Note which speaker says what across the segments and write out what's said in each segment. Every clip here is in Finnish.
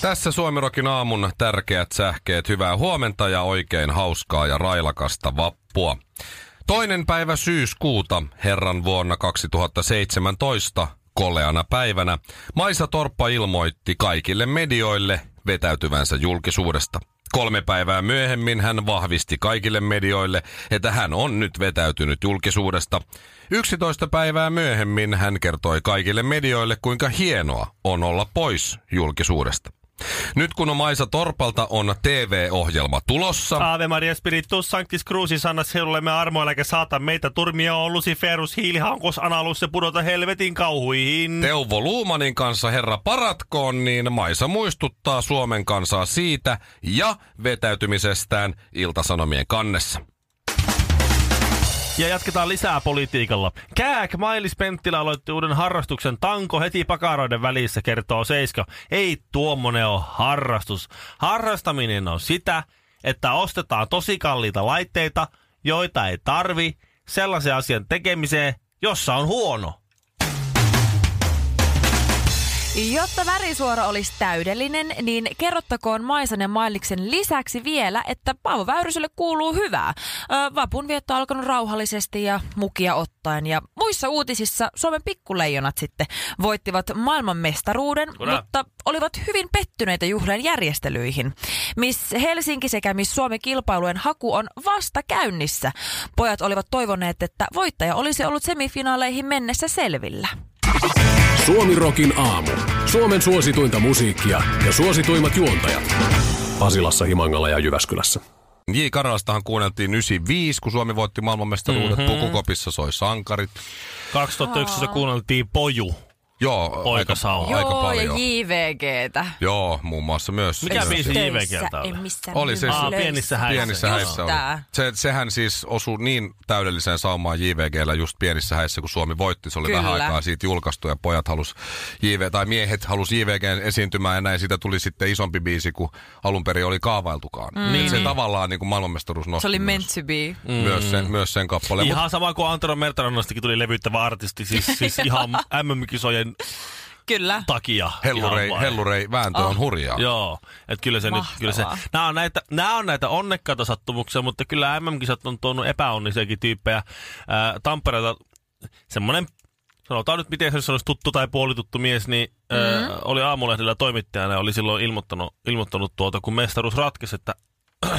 Speaker 1: Tässä Suomirokin aamun tärkeät sähkeet. Hyvää huomenta ja oikein hauskaa ja railakasta vappua. Toinen päivä syyskuuta herran vuonna 2017 koleana päivänä Maisa Torppa ilmoitti kaikille medioille vetäytyvänsä julkisuudesta. Kolme päivää myöhemmin hän vahvisti kaikille medioille, että hän on nyt vetäytynyt julkisuudesta. 11 päivää myöhemmin hän kertoi kaikille medioille, kuinka hienoa on olla pois julkisuudesta. Nyt kun on Maisa Torpalta on TV-ohjelma tulossa.
Speaker 2: Ave Maria Spiritus Sanctis Crucis, anna seulemme armoilla eikä saata meitä turmia on Luciferus, hiilihankos, analus ja pudota helvetin kauhuihin.
Speaker 1: Teuvo Luumanin kanssa herra paratkoon, niin Maisa muistuttaa Suomen kansaa siitä ja vetäytymisestään Iltasanomien kannessa.
Speaker 2: Ja jatketaan lisää politiikalla. Kääk Mailis Penttilä aloitti uuden harrastuksen tanko heti pakaroiden välissä, kertoo Seiska. Ei tuommoinen ole harrastus. Harrastaminen on sitä, että ostetaan tosi kalliita laitteita, joita ei tarvi sellaisen asian tekemiseen, jossa on huono.
Speaker 3: Jotta värisuora olisi täydellinen, niin kerrottakoon Maisanen Mailiksen lisäksi vielä, että Paavo Väyryselle kuuluu hyvää. Ö, vapun vietto on alkanut rauhallisesti ja mukia ottaen. Ja muissa uutisissa Suomen pikkuleijonat sitten voittivat maailmanmestaruuden,
Speaker 2: Hurra.
Speaker 3: mutta olivat hyvin pettyneitä juhlien järjestelyihin. Miss Helsinki sekä Miss Suomen kilpailujen haku on vasta käynnissä. Pojat olivat toivoneet, että voittaja olisi ollut semifinaaleihin mennessä selvillä.
Speaker 4: Suomirokin aamu. Suomen suosituinta musiikkia ja suosituimmat juontajat. Pasilassa, Himangalla ja Jyväskylässä.
Speaker 1: J. Karalastahan kuunneltiin 95, kun Suomi voitti maailmanmestaruudet.
Speaker 2: Mhm.
Speaker 1: Mm-hmm. Pukukopissa soi sankarit.
Speaker 2: 2011 kuunneltiin Poju.
Speaker 1: Joo,
Speaker 2: Poikasauna.
Speaker 1: aika, aika
Speaker 3: Joo, ja
Speaker 1: paljon.
Speaker 3: JVGtä.
Speaker 1: Joo, muun muassa myös.
Speaker 2: Mikä
Speaker 1: myös.
Speaker 2: biisi? JVG täällä.
Speaker 3: en missään
Speaker 1: Oli siis-
Speaker 2: Aa, pienissä häissä.
Speaker 1: Pienissä
Speaker 3: Just
Speaker 1: häissä oli.
Speaker 3: tää.
Speaker 1: Se, sehän siis osui niin täydelliseen saumaan JVGllä just pienissä häissä, kun Suomi voitti. Se oli
Speaker 3: Kyllä.
Speaker 1: vähän aikaa siitä julkaistu ja pojat halus JV, tai miehet halus JVGn esiintymään ja näin. Siitä tuli sitten isompi biisi, kuin alun perin oli kaavailtukaan. Mm. Niin, se tavallaan niin kuin maailmanmestaruus nosti
Speaker 3: Se oli meant
Speaker 1: myös,
Speaker 3: to be.
Speaker 1: mm. myös, sen, myös sen kappaleen. Mut
Speaker 2: Ihan sama kuin Antero Mertarannastakin tuli levyttävä artisti, siis, siis ihan MM-kisojen
Speaker 3: Kyllä.
Speaker 2: takia.
Speaker 1: hellurei,
Speaker 2: Ihan vain.
Speaker 1: hellurei vääntö
Speaker 3: Ah.
Speaker 1: on hurjaa.
Speaker 2: Joo, että kyllä se
Speaker 3: Mahtavaa.
Speaker 2: nyt, kyllä se, nämä on näitä, nämä on näitä onnekkaita sattumuksia, mutta kyllä MM-kisat on tuonut epäonnisiakin tyyppejä. Ää, Tampereelta semmoinen, sanotaan nyt miten se olisi tuttu tai puolituttu mies, niin mm-hmm. ää, oli aamulehdellä toimittajana ja oli silloin ilmoittanut, ilmoittanut tuota, kun mestaruus ratkesi, että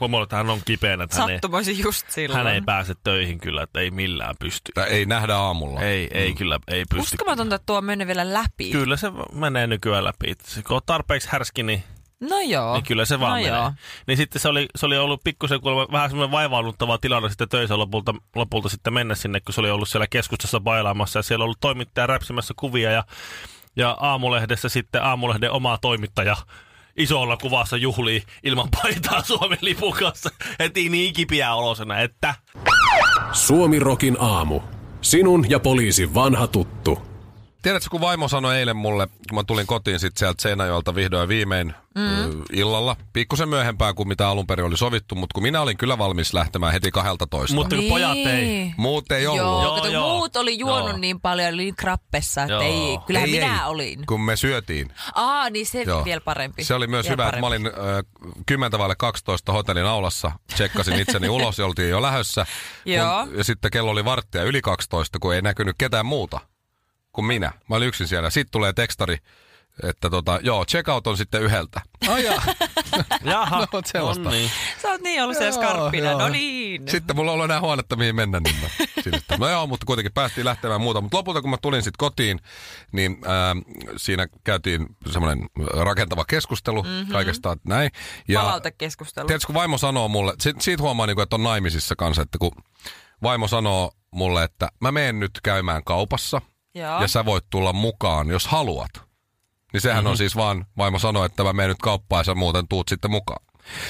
Speaker 2: huomaa, että hän on kipeänä, että hän ei,
Speaker 3: Sattumoisin just silloin.
Speaker 2: hän ei pääse töihin kyllä, että ei millään pysty.
Speaker 1: Tää Ei nähdä aamulla.
Speaker 2: Ei, ei mm. kyllä, ei pysty.
Speaker 3: Uskomatonta, että tuo on mennyt vielä läpi.
Speaker 2: Kyllä se menee nykyään läpi. Itse asiassa, Kun on tarpeeksi härski, niin
Speaker 3: No joo.
Speaker 1: Ah.
Speaker 2: niin kyllä se vaan
Speaker 3: no
Speaker 2: no menee.
Speaker 3: Joo.
Speaker 2: Niin sitten se oli, se oli ollut pikkusen kuulemma vähän semmoinen vaivauduttava tilanne sitten töissä lopulta, lopulta sitten mennä sinne, kun se oli ollut siellä keskustassa bailaamassa ja siellä ollut toimittaja räpsimässä kuvia ja, ja aamulehdessä sitten aamulehden oma toimittaja isolla kuvassa juhlii ilman paitaa Suomen lipun kanssa heti niin kipiä olosena, että
Speaker 4: Suomirokin aamu. Sinun ja poliisin vanha tuttu.
Speaker 1: Tiedätkö, kun vaimo sanoi eilen mulle, kun mä tulin kotiin sit sieltä Seinäjoelta vihdoin ja viimein mm. illalla, pikkusen myöhempään kuin mitä alun perin oli sovittu, mutta kun minä olin kyllä valmis lähtemään heti 12. Mut...
Speaker 2: mutta kun pojat ei.
Speaker 3: Niin.
Speaker 1: Muut ei ollut.
Speaker 3: Joo,
Speaker 2: Joo,
Speaker 3: kato,
Speaker 2: joo.
Speaker 3: muut oli juonut
Speaker 2: Joo.
Speaker 3: niin paljon, oli niin krappessa, että
Speaker 2: Joo.
Speaker 3: ei, kyllä
Speaker 1: ei,
Speaker 3: minä
Speaker 1: ei,
Speaker 3: olin.
Speaker 1: Kun me syötiin.
Speaker 3: Aa, niin se
Speaker 1: Joo.
Speaker 3: vielä parempi.
Speaker 1: Se oli myös
Speaker 3: vielä
Speaker 1: hyvä, että mä olin äh, 10 vaille 12 hotellin aulassa, tsekkasin itseni ulos ja oltiin jo lähössä.
Speaker 3: Joo.
Speaker 1: Kun, ja sitten kello oli varttia yli 12, kun ei näkynyt ketään muuta kuin minä. Mä olin yksin siellä. Sitten tulee tekstari, että tota, joo, checkout on sitten yhdeltä. Ai jaa.
Speaker 2: Jaha,
Speaker 1: No, sellaista.
Speaker 2: on niin.
Speaker 3: Sä oot niin ollut siellä
Speaker 1: Joo,
Speaker 3: skarppina,
Speaker 1: joo.
Speaker 3: no niin.
Speaker 1: Sitten mulla oli enää huonetta, mihin mennä. Niin mä sinne. no joo, mutta kuitenkin päästiin lähtemään muuta. Mutta lopulta, kun mä tulin sitten kotiin, niin ää, siinä käytiin semmoinen rakentava keskustelu mm-hmm. kaikesta että näin.
Speaker 3: Mhm. Palautekeskustelu.
Speaker 1: Tiedätkö, kun vaimo sanoo mulle, sit, siitä huomaa, niin kuin, että on naimisissa kanssa, että kun vaimo sanoo mulle, että mä menen nyt käymään kaupassa
Speaker 3: Joo.
Speaker 1: ja sä voit tulla mukaan, jos haluat. Niin sehän
Speaker 3: Mhm.
Speaker 1: mm-hmm. on siis vaan, vaimo sanoi, että mä menen nyt kauppaan ja sä muuten tuut sitten mukaan.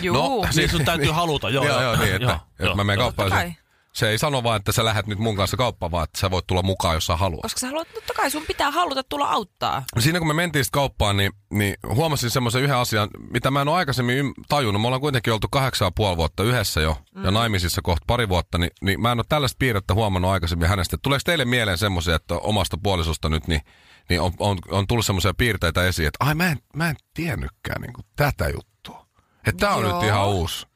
Speaker 3: Juu.
Speaker 1: No,
Speaker 2: Niin sun täytyy haluta, joo.
Speaker 1: joo, joo, niin, että,
Speaker 2: joo,
Speaker 1: että
Speaker 2: joo,
Speaker 1: mä menen
Speaker 2: joo.
Speaker 1: kauppaan. Se,
Speaker 3: Totta kai.
Speaker 1: se ei sano vaan, että sä lähdet nyt mun kanssa kauppaan, vaan että sä voit tulla mukaan, jos sä haluat.
Speaker 3: Koska sä haluat, no totta kai sun pitää haluta tulla auttaa.
Speaker 1: Siinä kun me mentiin sitten kauppaan, niin, niin huomasin semmoisen yhden asian, mitä mä en ole aikaisemmin ym- tajunnut. Me ollaan kuitenkin oltu kahdeksan ja puoli vuotta yhdessä jo mm. ja naimisissa kohta pari vuotta, niin, niin mä en ole tällaista piirrettä huomannut aikaisemmin hänestä. Tuleeko teille mieleen semmoisia, että omasta puolisosta nyt niin, niin on, on, on tullut semmoisia piirteitä esiin, että ai mä en, mä en tiennytkään niin tätä juttua. Että tää on Joo.
Speaker 3: Joo.
Speaker 1: nyt ihan uusi.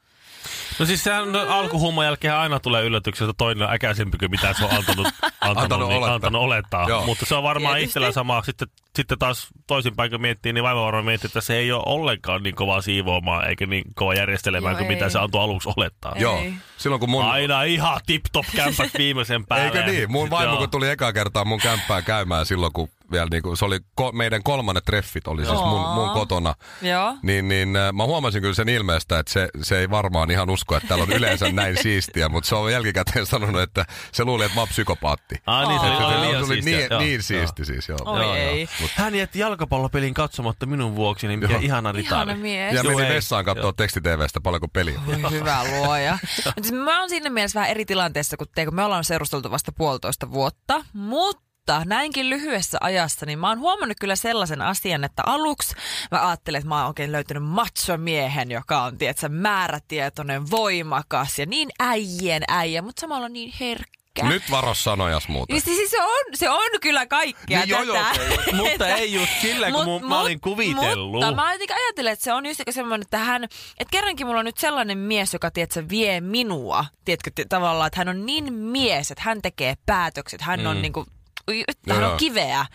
Speaker 2: No siis sehän no, alkuhumman jälkeen aina tulee yllätyksestä toinen on äkäisempi kuin mitä se on antanut, antanut,
Speaker 1: Antanut
Speaker 2: antanut, niin,
Speaker 1: olettaa.
Speaker 2: olettaa. antanut olettaa.
Speaker 1: Joo.
Speaker 2: Mutta se on varmaan
Speaker 3: Tietysti.
Speaker 2: itsellä sama. Sitten, sitten taas toisinpäin kun miettii, niin vaimo varmaan miettii, että se ei ole ollenkaan niin kovaa siivoamaan eikä niin kovaa järjestelemään
Speaker 3: Joo,
Speaker 2: kuin
Speaker 3: ei.
Speaker 2: mitä se antoi aluksi olettaa.
Speaker 3: Ei.
Speaker 1: Joo. Silloin kun mun...
Speaker 2: Aina ihan tip-top kämpät viimeisen päälle.
Speaker 1: Eikö niin? Mun vaimo, kun tuli ekaa kertaa mun kämppään käymään silloin, kun vielä niinku, se oli ko- meidän kolmannet treffit, oli siis mun, mun kotona.
Speaker 3: Joo.
Speaker 1: Niin, niin äh, mä huomasin kyllä sen ilmeestä, että se, se ei varmaan ihan usko, että täällä on yleensä näin siistiä, mutta se on jälkikäteen sanonut, että se luuli, että mä oon psykopaatti.
Speaker 2: Ah, niin, se
Speaker 3: Että
Speaker 2: oli,
Speaker 1: se
Speaker 2: oli
Speaker 1: se
Speaker 2: liian
Speaker 1: oli
Speaker 2: siistiä.
Speaker 1: niin,
Speaker 2: Joo,
Speaker 1: niin
Speaker 2: joo.
Speaker 1: siisti siis, joo.
Speaker 3: Oi
Speaker 1: joo,
Speaker 3: ei.
Speaker 1: Joo. Mut,
Speaker 2: Hän jätti jalkapallopelin katsomatta minun vuoksi, niin mikä
Speaker 1: Joo.
Speaker 2: ihana ritaali.
Speaker 3: Ihana mies.
Speaker 1: ja
Speaker 2: Joo,
Speaker 1: meni
Speaker 2: ei.
Speaker 1: vessaan katsoa tekstiteveestä paljonko peliä.
Speaker 3: Voi hyvä luoja. Mut siis mä oon siinä mielessä vähän eri tilanteessa, kun, te, kun me ollaan seurusteltu vasta puolitoista vuotta, mutta näinkin lyhyessä ajassa, niin mä oon huomannut kyllä sellaisen asian, että aluksi mä ajattelen, että mä oon oikein löytänyt machomiehen, joka on tietsä, määrätietoinen, voimakas ja niin äijien äijä, mutta samalla niin herkkä.
Speaker 1: Nyt varos sanojas muuten.
Speaker 3: Niin Siis, siis se, on, se on kyllä kaikkea
Speaker 1: Niin joo, joo,
Speaker 3: tätä.
Speaker 1: okei.
Speaker 2: Mutta ei just sillä, kun mun- mä olin kuvitellut.
Speaker 3: Mutta mä jotenkin ajattelen, että se on just semmoinen, että hän, että kerrankin mulla on nyt sellainen mies, joka tiedätkö, vie minua. Tiedätkö, t- tavallaan, että hän on niin mies, että hän tekee päätökset, hän mm. on niinku,
Speaker 2: No
Speaker 3: y- hän
Speaker 1: Joo,
Speaker 3: on
Speaker 1: joo.
Speaker 3: kiveä.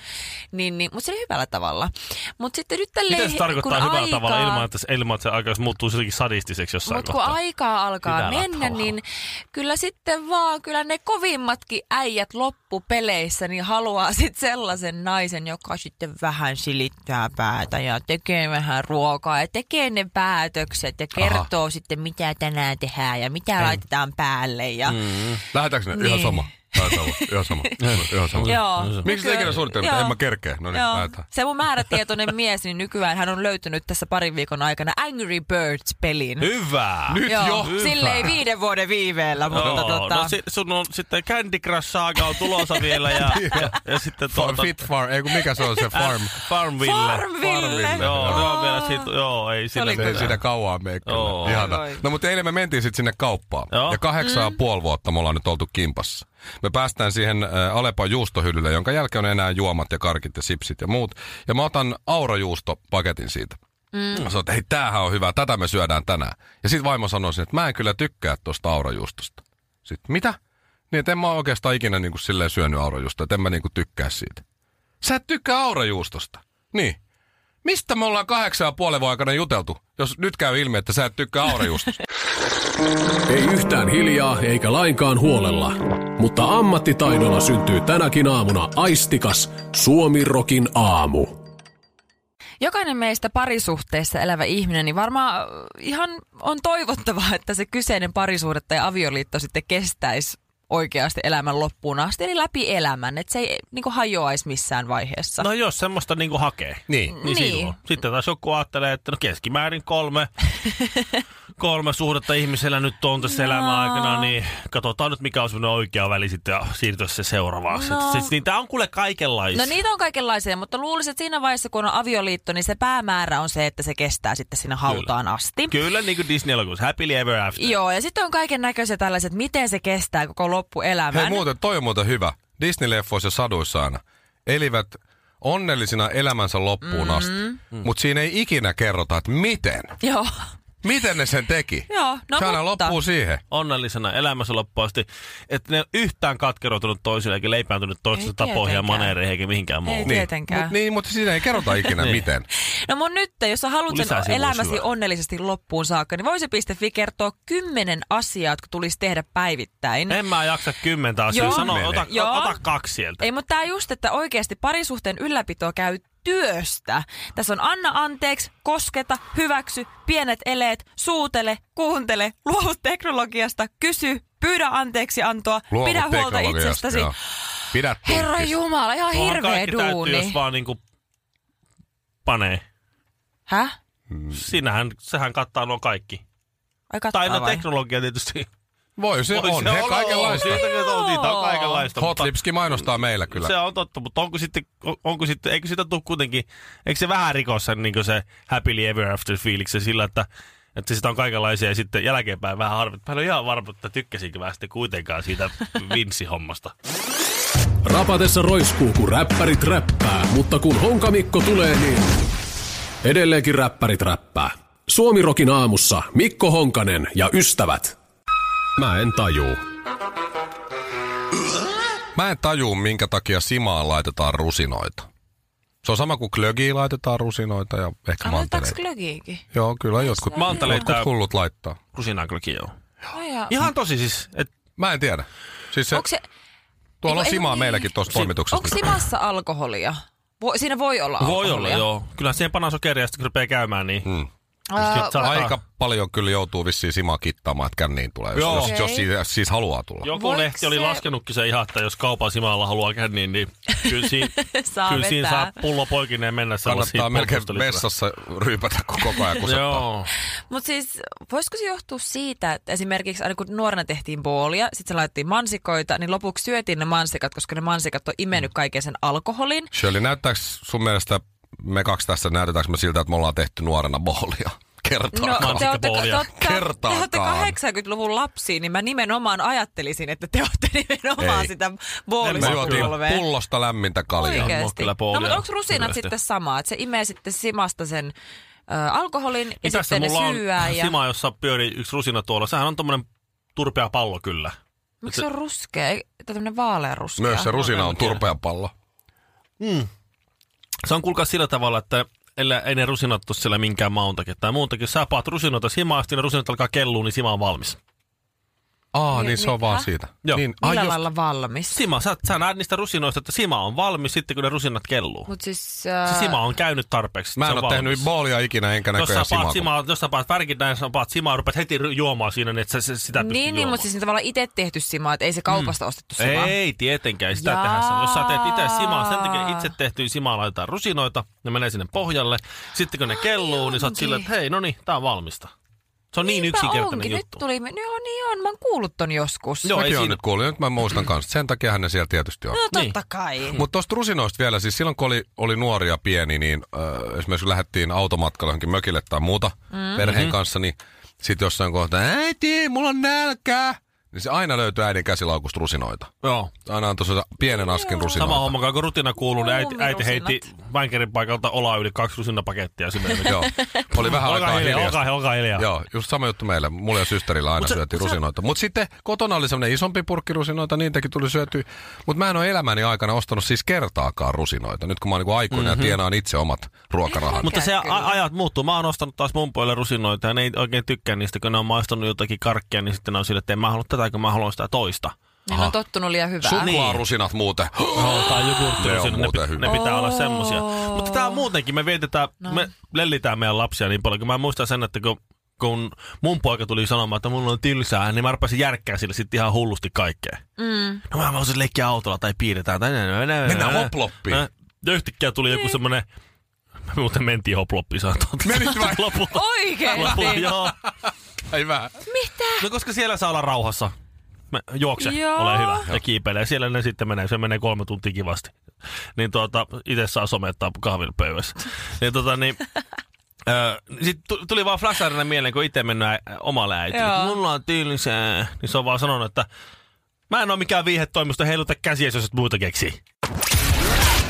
Speaker 3: Niin, niin, mutta se oli hyvällä tavalla. Mutta sitten nyt tälleen,
Speaker 2: Miten se tarkoittaa
Speaker 3: kun
Speaker 2: hyvällä
Speaker 3: aikaa,
Speaker 2: tavalla ilman, että, ilman, että se aika muuttuu silläkin sadistiseksi jossain
Speaker 3: mutta kun
Speaker 2: kohtaa?
Speaker 3: aikaa alkaa
Speaker 2: Hyvällä
Speaker 3: mennä,
Speaker 2: tavalla.
Speaker 3: niin kyllä sitten vaan, kyllä ne kovimmatkin äijät loppupeleissä niin haluaa sitten sellaisen naisen, joka sitten vähän silittää päätä ja tekee vähän ruokaa ja tekee ne päätökset ja kertoo Aha. sitten, mitä tänään tehdään ja mitä Ei. laitetaan päälle. Ja... Mm.
Speaker 1: Lähetäänkö ne? Ihan
Speaker 3: Niin.
Speaker 1: sama. Ihan sama. Ihan sama. Ihan sama.
Speaker 3: Joo.
Speaker 1: Miksi te
Speaker 3: Kyllä.
Speaker 1: ikinä suunnitelmia?
Speaker 3: Joo.
Speaker 1: En mä kerkeä. No niin,
Speaker 3: Joo.
Speaker 1: lähetään.
Speaker 3: Se mun määrätietoinen mies, niin nykyään hän on löytynyt tässä parin viikon aikana Angry Birds-pelin.
Speaker 2: Hyvä!
Speaker 1: Nyt jo.
Speaker 3: Sille ei viiden vuoden viiveellä, mutta
Speaker 2: Joo,
Speaker 3: tota...
Speaker 2: no si- sun on sitten Candy Crush Saga on tulossa vielä ja, ja, ja sitten
Speaker 1: Fa-
Speaker 2: tuota...
Speaker 1: Fit Farm, ei kun mikä se on se farm.
Speaker 2: Farmville.
Speaker 3: Farmville.
Speaker 1: Farmville.
Speaker 2: Joo, se on
Speaker 3: Aa.
Speaker 2: vielä sit, joo, ei sillä
Speaker 3: oli
Speaker 1: Se ei
Speaker 2: mitään.
Speaker 1: siinä kauaa mene kyllä.
Speaker 2: Joo.
Speaker 1: Ihana.
Speaker 3: Oi, oi.
Speaker 1: No mutta eilen me mentiin sitten sinne kauppaan.
Speaker 2: Joo.
Speaker 1: Ja kahdeksan ja puoli vuotta me ollaan nyt oltu kimpassa. Me päästään siihen ä, Alepan juustohyllylle, jonka jälkeen on enää juomat ja karkit ja sipsit ja muut. Ja mä otan aurajuustopaketin siitä. Mm. Mä sanoin, että hei, tämähän on hyvä, tätä me syödään tänään. Ja sitten vaimo sanoi sinne, että mä en kyllä tykkää tuosta aurajuustosta. Sitten mitä? Niin, että en mä oo oikeastaan ikinä niinku silleen syönyt aurajuustoa, että en mä niinku tykkää siitä. Sä et tykkää aurajuustosta. Niin. Mistä me ollaan kahdeksan ja puolen vuoden aikana juteltu, jos nyt käy ilmi, että sä et tykkää aurajuustosta?
Speaker 4: Ei yhtään hiljaa eikä lainkaan huolella, mutta ammattitaidolla syntyy tänäkin aamuna aistikas Suomirokin aamu.
Speaker 3: Jokainen meistä parisuhteessa elävä ihminen, niin varmaan äh, ihan on toivottavaa, että se kyseinen parisuhde tai avioliitto sitten kestäisi oikeasti elämän loppuun asti, eli läpi elämän, että se ei niin kuin, hajoaisi missään vaiheessa.
Speaker 2: No jos semmoista niinku hakee,
Speaker 1: Niin.
Speaker 2: niin,
Speaker 3: Niin.
Speaker 2: silloin. Sitten taas joku ajattelee, että no keskimäärin kolme, kolme suhdetta ihmisellä nyt on tässä no. elämän aikana, niin katsotaan nyt mikä on semmoinen oikea väli sitten ja siirtyä se seuraavaksi. No.
Speaker 3: No.
Speaker 2: Siis, niin tää on kuule kaikenlaista.
Speaker 3: No niitä on kaikenlaisia, mutta luulisin, että siinä vaiheessa, kun on avioliitto, niin se päämäärä on se, että se kestää sitten sinne hautaan asti.
Speaker 2: Kyllä niin kuin Disney-elokuvissa, Happily Ever After.
Speaker 3: Joo, ja sitten on kaiken näköisiä tällaiset, miten se kestää koko loppuelämän.
Speaker 1: Hei muuten, toi on muuten hyvä. Disney-leffoissa ja saduissa aina elivät onnellisina elämänsä loppuun mm-hmm. asti. Mutta siinä ei ikinä kerrota, että miten.
Speaker 3: Joo,
Speaker 1: Miten ne sen teki?
Speaker 3: Joo, no
Speaker 1: Se aina
Speaker 3: mutta.
Speaker 1: loppuu siihen.
Speaker 2: onnellisena elämänsä loppuasti, että ne ei ole yhtään katkeroitunut toisille eikä leipääntynyt toistensa
Speaker 3: Ei
Speaker 2: tapoihin ja
Speaker 3: tietenkään.
Speaker 2: maneereihin eikä mihinkään muuhun.
Speaker 3: Ei tietenkään.
Speaker 1: Mut, niin, mutta siinä ei kerrota ikinä
Speaker 2: Niin.
Speaker 1: miten.
Speaker 3: No mun nyt, jos sä haluat
Speaker 2: Lisää
Speaker 3: sen
Speaker 2: sivuja
Speaker 3: elämäsi
Speaker 2: syödä.
Speaker 3: onnellisesti loppuun saakka, niin voisi.fi kertoa kymmenen asiaa, jotka tulisi tehdä päivittäin.
Speaker 2: En mä jaksa kymmentä asiaa.
Speaker 3: Joo.
Speaker 2: Sano, ota,
Speaker 3: Joo.
Speaker 2: ota kaksi sieltä.
Speaker 3: Ei, mutta tää just, että oikeasti parisuhteen ylläpito käy työstä. Tässä on anna anteeksi, kosketa, hyväksy, pienet eleet, suutele, kuuntele, luovu teknologiasta, kysy, pyydä anteeksi antoa,
Speaker 1: Luovu
Speaker 3: pidä huolta
Speaker 1: teknologiasta,
Speaker 3: itsestäsi.
Speaker 1: joo. Pidä
Speaker 3: Herra
Speaker 1: tunkkis.
Speaker 3: Jumala, ihan
Speaker 2: Tuohan
Speaker 3: hirveä
Speaker 2: kaikki täytyy,
Speaker 3: duuni.
Speaker 2: jos vaan niinku panee.
Speaker 3: Häh?
Speaker 1: Mm.
Speaker 2: Siinähän, sehän kattaa nuo kaikki.
Speaker 3: Ai kattaa
Speaker 2: Tai no
Speaker 3: vai?
Speaker 2: teknologia tietysti.
Speaker 1: Voi se
Speaker 2: Voi
Speaker 1: on, he kaikenlaista.
Speaker 2: on, Siitä,
Speaker 3: Joo.
Speaker 2: on, niitä on kaikenlaista.
Speaker 1: Hot Lipskin mainostaa meillä kyllä.
Speaker 2: Se on totta, mutta onko sitten, on- onko sitten, eikö sitä tule kuitenkin, eikö se vähän rikos sen niin se happily ever after fiiliksi sillä, että, että sitä on kaikenlaisia ja sitten jälkeenpäin vähän harvit. Mä en ole ihan varma, että tykkäsinkö mä sitten kuitenkaan siitä vinssihommasta.
Speaker 4: Rapatessa roiskuu, kun räppärit räppää, mutta kun Honkamikko tulee, niin edelleenkin räppärit räppää. Suomirokin aamussa Mikko Honkanen ja ystävät. Mä en tajuu.
Speaker 1: Mä en tajuu, minkä takia simaan laitetaan rusinoita. Se on sama kuin klögiin laitetaan rusinoita ja ehkä
Speaker 3: Ah, laitetaanko
Speaker 1: manteleita.
Speaker 3: glögiinkin?
Speaker 1: Joo, kyllä jotkut,
Speaker 2: Manteleita-
Speaker 1: jotkut hullut laittaa.
Speaker 2: Rusinaan kylläkin joo.
Speaker 3: Ai jaa.
Speaker 2: Ihan tosi siis, että
Speaker 1: Mä en tiedä. Siis se,
Speaker 3: Onko se, niinku
Speaker 1: tuolla on
Speaker 3: Ei,
Speaker 1: simaa
Speaker 3: ei.
Speaker 1: meilläkin tuossa toimituksessa.
Speaker 3: onko Simassa alkoholia? Vo, siinä voi olla
Speaker 2: voi
Speaker 3: alkoholia.
Speaker 2: olla joo. Kyllä siihen panaa sokeria ja sitten kun rupeaa käymään, niin mm.
Speaker 3: Ää,
Speaker 2: saattaa,
Speaker 1: Aika paljon kyllä joutuu vissiin simaa kittaamaan, että känniin tulee, jos,
Speaker 2: Joo.
Speaker 1: jos, jos
Speaker 3: Okei.
Speaker 1: siis, siis haluaa tulla.
Speaker 2: Joku
Speaker 3: Voiko
Speaker 2: lehti oli
Speaker 3: se-
Speaker 2: laskenutkin se ihan, että jos kaupan simalla haluaa käydä, niin, niin kyllä, siinä,
Speaker 3: Saa
Speaker 2: kyllä siinä
Speaker 3: vetää.
Speaker 2: saa pullo poikineen mennä sellaisiin
Speaker 1: Kannattaa melkein
Speaker 2: polkustolipäin.
Speaker 1: vessassa ryypätä koko ajan, kun se
Speaker 2: Joo.
Speaker 3: Mutta siis voisiko se johtua siitä, että esimerkiksi aina kun nuorena tehtiin boolia, sitten se laitettiin mansikoita, niin lopuksi syötiin ne mansikat, koska ne mansikat on
Speaker 2: Mm.
Speaker 3: imennyt kaiken sen alkoholin.
Speaker 1: Shirley, näyttääkö sun mielestä me kaksi tässä, näytetäänkö me siltä, että me ollaan tehty nuorena boolia? Kertaakaan.
Speaker 3: No, te olette,
Speaker 2: mansikkaboolia.
Speaker 3: te, olette, te olette
Speaker 1: Kertaakaan.
Speaker 3: 80-luvun lapsia, niin mä nimenomaan ajattelisin, että te olette nimenomaan
Speaker 1: Ei.
Speaker 3: Ei. sitä
Speaker 1: Me juotiin
Speaker 3: boolisakulvea.
Speaker 1: pullosta lämmintä kaljaa.
Speaker 2: Oikein.
Speaker 3: Oikeesti.
Speaker 2: kyllä
Speaker 3: No,
Speaker 2: boolia.
Speaker 3: mutta onko rusinat
Speaker 2: Kyllä.
Speaker 3: sitten sama, että se imee sitten simasta sen ö, alkoholin ja
Speaker 2: Mitäs se
Speaker 3: sitten ne
Speaker 2: mulla on
Speaker 3: syyää. Ja...
Speaker 2: sima, jossa pyörii yksi rusina tuolla? Sehän on tommonen turpea pallo kyllä.
Speaker 3: Miksi se on ruskea? Ei- Tai tämmöinen vaaleanruskea.
Speaker 1: Myös se rusina on
Speaker 2: mä tiedän.
Speaker 1: turpeen pallo.
Speaker 2: Se on kuulkaa sillä tavalla, että ellei- ei ne rusinat ole siellä minkään maun takia tai muun takia. Sä paat rusinoita simaa, ja sitten ne rusinat alkaa kellua, niin sima on valmis.
Speaker 1: Aa,
Speaker 3: Mi-
Speaker 1: niin se on
Speaker 3: mitä?
Speaker 1: vaan siitä.
Speaker 2: Joo.
Speaker 1: Niin, ai
Speaker 3: Millä
Speaker 1: just,
Speaker 3: lailla valmis?
Speaker 2: Sima, sä, sä näet niistä rusinoista, että sima on valmis sitten, kun ne rusinat kelluu.
Speaker 3: Mut siis...
Speaker 2: Se
Speaker 3: Äh,
Speaker 2: sima on käynyt tarpeeksi.
Speaker 1: mä
Speaker 2: se
Speaker 1: en
Speaker 2: on
Speaker 1: ole
Speaker 2: valmis.
Speaker 1: tehnyt boolia ikinä, enkä
Speaker 2: jos sä,
Speaker 1: näköjään
Speaker 2: paat
Speaker 1: simaa.
Speaker 2: simaa, jos sä paat värkit näin, sä paat simaa, rupeat heti ry- juomaan siinä, niin että sä, sä sitä pystyy
Speaker 3: niin, niin,
Speaker 2: juomaan.
Speaker 3: mutta siis niin tavallaan itse tehty simaa, että ei se kaupasta mm. ostettu simaa.
Speaker 2: Ei tietenkään, ei sitä
Speaker 3: Jaa.
Speaker 2: tehdä. sen. Jos sä teet itse simaa, sen takia itse tehtyä simaa laitetaan rusinoita, ne menee sinne pohjalle. Sitten kun ne kelluu, niin sä oot
Speaker 3: onkin.
Speaker 2: silleen, että hei, no niin, tää on valmista. Se on niin
Speaker 3: Niinpä
Speaker 2: yksinkertainen
Speaker 3: onkin.
Speaker 2: juttu.
Speaker 3: Nyt tuli, no niin on, mä oon kuullut ton joskus.
Speaker 2: Joo, niin. ei
Speaker 1: Mäkin on
Speaker 2: siinä.
Speaker 1: nyt kuullut, nyt mä muistan kanssa. Sen takia ne siellä tietysti on.
Speaker 3: No totta
Speaker 2: Niin.
Speaker 3: kai.
Speaker 1: Mutta tuosta rusinoista vielä, siis silloin kun oli, oli nuori ja pieni, niin äh, esimerkiksi kun lähdettiin automatkalla johonkin mökille tai muuta mm.
Speaker 2: Mhm.
Speaker 1: perheen kanssa, niin sitten jossain kohtaa, äiti, mulla on nälkää, niin se aina löytyy äidin käsilaukusta rusinoita.
Speaker 2: Joo.
Speaker 1: Aina on tuossa pienen askin rusinoita.
Speaker 2: Sama homma, kun rutina kuuluu, niin äiti, äiti
Speaker 3: Ruumirusinat.
Speaker 2: heitti vänkerin paikalta ola yli kaksi rusinapakettia sinne.
Speaker 1: Joo, oli vähän
Speaker 2: olkaa
Speaker 1: aikaa
Speaker 2: hiljaa,
Speaker 1: hiljaa.
Speaker 2: olkaa, hiljaa, olkaa hiljaa.
Speaker 1: Joo, just sama juttu meille. Mulla ja systerillä aina
Speaker 2: Mut se-
Speaker 1: syötiin
Speaker 2: mut se-
Speaker 1: rusinoita. Mutta sitten kotona oli semmoinen isompi purkki rusinoita, niitäkin tuli syötyä. Mutta mä en ole elämäni aikana ostanut siis kertaakaan rusinoita. Nyt kun mä oon niinku aikuinen
Speaker 2: Mhm.
Speaker 1: mm-hmm. ja tienaan itse omat ruokarahat.
Speaker 2: Mutta se
Speaker 3: Kyllä.
Speaker 2: a- ajat muuttuu. Mä oon ostanut taas mumpoille rusinoita ja ne ei oikein tykkää niistä, kun ne on maistanut jotakin karkkia, niin sitten ne on sillä, että en mä halua tätä, kun mä haluan sitä toista.
Speaker 3: Niin on tottunut liian hyvää.
Speaker 1: Suklaarusinat muuten.
Speaker 2: No, tai
Speaker 1: Ne on
Speaker 2: jogurttirusinat, ne,
Speaker 1: muuten
Speaker 2: pit-
Speaker 1: hyvä.
Speaker 2: ne pitää olla semmosia. Mutta tää muutenkin, me vietetään, Oh. no. me lellitään meidän lapsia niin paljon, kun mä muistan sen, että kun, kun mun poika tuli sanomaan, että mulla on tylsää, niin mä rupesin järkkää sille sitten ihan hullusti kaikkea. Mm. No mä voisin leikkiä autolla tai piirretään. Tai nä, nä, nä,
Speaker 1: Mennään
Speaker 2: nä, nä.
Speaker 1: hoploppiin.
Speaker 2: Nä. Ja yhtäkkiä tuli joku semmonen, me muuten mentiin hoploppiin, sanotaan.
Speaker 1: Menit vai?
Speaker 2: Lopulta. Lopulta,
Speaker 3: Oikeesti?
Speaker 2: joo.
Speaker 1: Ei vähän.
Speaker 2: No koska siellä saa olla rauhassa. Mä, juokse,
Speaker 3: Joo.
Speaker 2: ole hyvä. Ja kiipeilee. Siellä ne sitten menee. Se menee kolme tuntia kivasti. Niin tuota, itse saa somettaa kahvilla pöydässä. Niin tuota niin... Sitten tuli vaan flasharina mieleen, kun itse mennyt ä- omalle äitille.
Speaker 3: Joo.
Speaker 2: Mulla on tylsää. Niin se on vaan sanonut, että mä en ole mikään viihetoimisto, heiluta käsiä, jos et muuta keksi.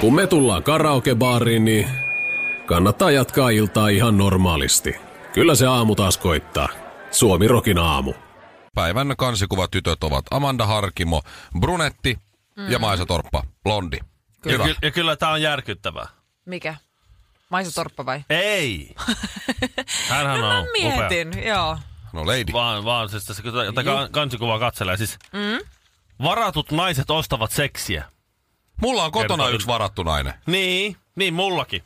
Speaker 4: Kun me tullaan karaokebaariin, niin kannattaa jatkaa iltaa ihan normaalisti. Kyllä se aamu taas koittaa. Suomirokin aamu.
Speaker 1: Päivän kansikuvatytöt ovat Amanda Harkimo, Brunetti ja Maisa Torppa, blondi.
Speaker 2: Ja,
Speaker 1: Hyvä.
Speaker 2: ky- ja Mm. kyllä tää on järkyttävää.
Speaker 3: Mikä? Maisa Torppa vai? No,
Speaker 2: Ei! Hänhän on
Speaker 3: Mä mietin, joo.
Speaker 1: No lady.
Speaker 2: Vaan, vaan siis tässä, kun tätä kan- kansikuvaa katselee, siis mm? varatut naiset ostavat seksiä.
Speaker 1: Mulla on kotona
Speaker 2: Kerta-
Speaker 1: yksi varattu nainen.
Speaker 2: Niin, niin mullakin.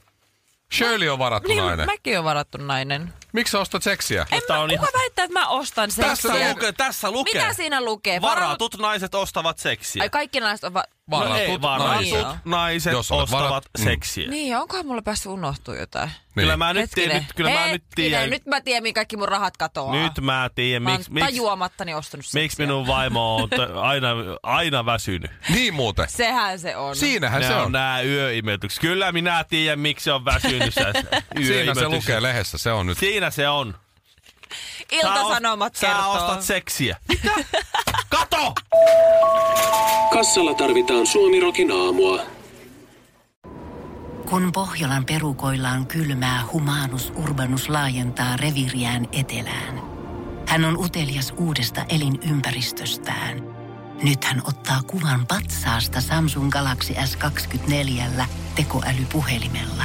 Speaker 1: Shirley on varattu
Speaker 3: Niin,
Speaker 1: nainen.
Speaker 3: mäkin on varattu nainen.
Speaker 1: Miksi sä ostat seksiä?
Speaker 3: En
Speaker 2: tää
Speaker 3: mä,
Speaker 2: on
Speaker 3: kuka
Speaker 2: ihan-
Speaker 3: väittää, että mä ostan seksiä?
Speaker 2: Tässä lukee, tässä lukee.
Speaker 3: Mitä siinä lukee?
Speaker 2: Varatut naiset ostavat seksiä.
Speaker 3: Ai kaikki naiset ovat...
Speaker 2: No
Speaker 1: Vaarantut
Speaker 2: ei, varastut
Speaker 3: naiset.
Speaker 2: naiset
Speaker 1: Jos olet
Speaker 2: ostavat
Speaker 1: varat- mm.
Speaker 2: seksiä.
Speaker 3: Niin, ja onkohan mulla päässyt unohtua jotain?
Speaker 1: Niin.
Speaker 2: Kyllä mä nyt, tiedän- nyt, kyllä mä nyt tiedän.
Speaker 3: Nyt mä tiedän, mihin kaikki mun rahat katoaa.
Speaker 2: Nyt mä tiedän,
Speaker 3: mä oon
Speaker 2: miksi, miksi,
Speaker 3: tajuamattani ostanut seksiä.
Speaker 2: miksi minun vaimo on t- aina, aina väsynyt.
Speaker 1: Niin muuten.
Speaker 3: Sehän se on.
Speaker 1: Siinähän
Speaker 2: Ne
Speaker 1: se
Speaker 2: on,
Speaker 1: on.
Speaker 2: nämä yöimetykset. Kyllä minä tiedän, miksi se on väsynyt. sä-
Speaker 1: Siinä se
Speaker 2: yöimetykset.
Speaker 1: lukee lehdessä, se on nyt.
Speaker 2: Siinä se on. Sä ost-
Speaker 3: Iltasanomat
Speaker 2: Sä
Speaker 3: kertoo.
Speaker 2: ostat seksiä. Mitä? Kato!
Speaker 4: Kassalla tarvitaan Suomirokin aamua.
Speaker 5: Kun Pohjolan perukoillaan kylmää, humanus urbanus laajentaa reviriään etelään. Hän on utelias uudesta elinympäristöstään. Nyt hän ottaa kuvan patsaasta Samsung Galaxy S24 tekoälypuhelimella.